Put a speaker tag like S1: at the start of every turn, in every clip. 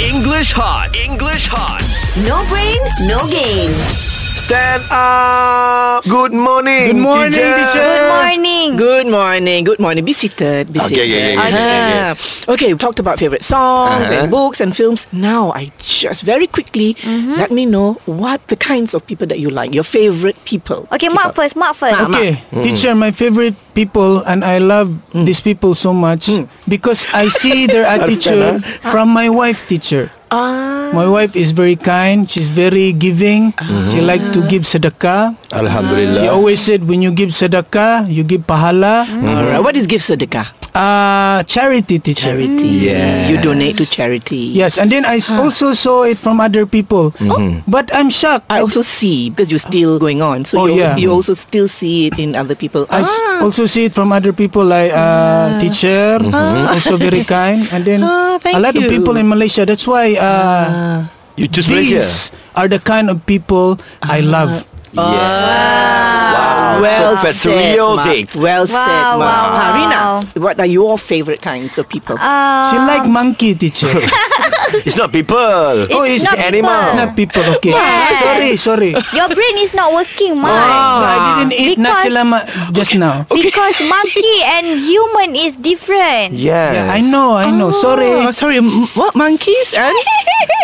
S1: English hot. English hot.
S2: No brain, no game.
S3: Stand up. Ah, Good morning.
S4: Good morning,
S2: Good
S5: Uh,
S4: teacher.
S2: morning.
S5: Good morning. Good morning. Be seated. Be
S3: Okay,
S5: seated.
S3: yeah, yeah, yeah, yeah, yeah, yeah.
S5: Ah. Okay, we talked about favorite songs
S3: Uh-huh.
S5: and books and films. Now, I just very quickly let me know what the kinds of people that you like, your favorite people.
S2: Okay, Mark first. Mark first.
S4: Okay, teacher, my favorite people, and I love these people so much because I see their attitude from my wife, teacher.
S5: Ah,
S4: My wife is very kind. She's very giving. She like to give sedekah.
S3: Alhamdulillah.
S4: She always said, when you give sedekah, you give pahala.
S5: all right. What is give sedekah?
S4: Uh, charity, teacher.
S5: Charity.
S3: Yes.
S5: You donate to charity.
S4: Yes, and then I s- also saw it from other people. But I'm shocked.
S5: I also see because you're still going on. So
S4: Oh,
S5: you,
S4: yeah.
S5: you also still see it in other people.
S4: I s- oh,
S5: ah,
S4: also see it from other people like uh, teacher,
S3: Mm-hmm.
S4: also very kind, and then
S5: Ah,
S4: a
S5: thank
S4: lot of
S5: you.
S4: people in Malaysia. That's why uh,
S3: Ah. you choose Malaysia.
S4: these are the kind of people
S5: Ah.
S4: I love.
S3: Yeah. Wow.
S5: well
S3: so
S5: said,
S3: Petrio
S5: Mark.
S3: takes.
S5: Well said,
S2: Wow,
S5: Mark.
S2: wow,
S5: Harina,
S2: wow.
S5: what are your favorite kinds of people? Ah.
S4: she like monkey teacher. Oh,
S3: It's not people.
S2: It's
S3: it's
S2: not
S3: animal.
S4: not people. Okay,
S2: Yes.
S4: sorry, sorry.
S2: Your brain is not working,
S5: Ah.
S2: Mark.
S4: No, I didn't eat nasi
S2: Because-
S4: lemak just now.
S2: Because monkey and human is different.
S3: Yes.
S4: Yeah, I know, I know.
S5: Oh,
S4: Sorry.
S5: sorry. m- What monkeys and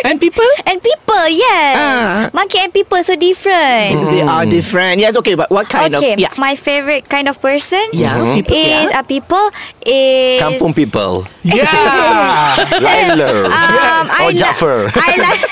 S5: and people?
S2: And people,
S5: Uh-huh.
S2: yes. Monkey and people so different.
S5: They are different. Yes. Okay. But what Mm, kind
S2: okay,
S5: of? Yeah.
S2: my favorite kind of person
S5: Yeah. People.
S2: is
S5: yeah.
S2: uh, people is
S3: Mm-hmm. Kampung people. lah.
S4: Yeah.
S3: Lailer.
S4: Ah.
S2: Um, I
S3: Or
S2: li-
S3: Jaffer.
S2: I like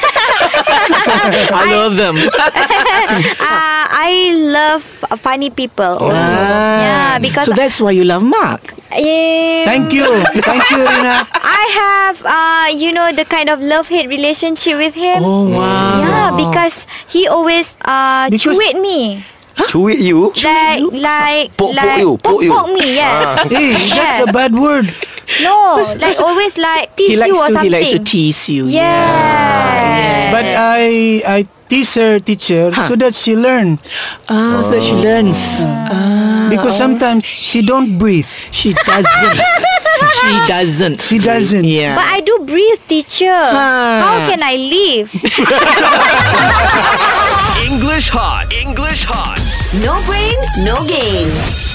S5: I love them.
S2: uh, I love uh, funny people.
S3: Oh.
S2: Um, also. Yeah, because
S5: so that's why you love Mark.
S2: eh,
S4: Thank you. Thank you, Rina.
S2: I have uh, you know the kind of love hate relationship with him.
S5: Oh wow.
S2: Yeah, Ya, because he always uh
S4: Because-
S2: chewed me.
S3: Tweet you.
S2: Like like
S3: Poke- poke
S2: like
S3: you, poke you. Ah.
S2: poke me, yes.
S4: Hey,
S2: Yeah.
S4: that's a bad word.
S2: No, like always like
S5: He
S2: tease
S5: likes
S2: you or
S5: to.
S2: something.
S5: He likes to tease you. Ah,
S2: Yeah.
S4: But I I tease her teacher so that she learn
S5: Ah, so she learns. Ah,
S4: because sometimes she don't breathe.
S5: she doesn't. she doesn't.
S4: She doesn't.
S5: Yeah.
S2: But I do breathe, teacher. How
S5: Ah.
S2: can I live?
S1: English hot. English hot.
S2: No brain, no game.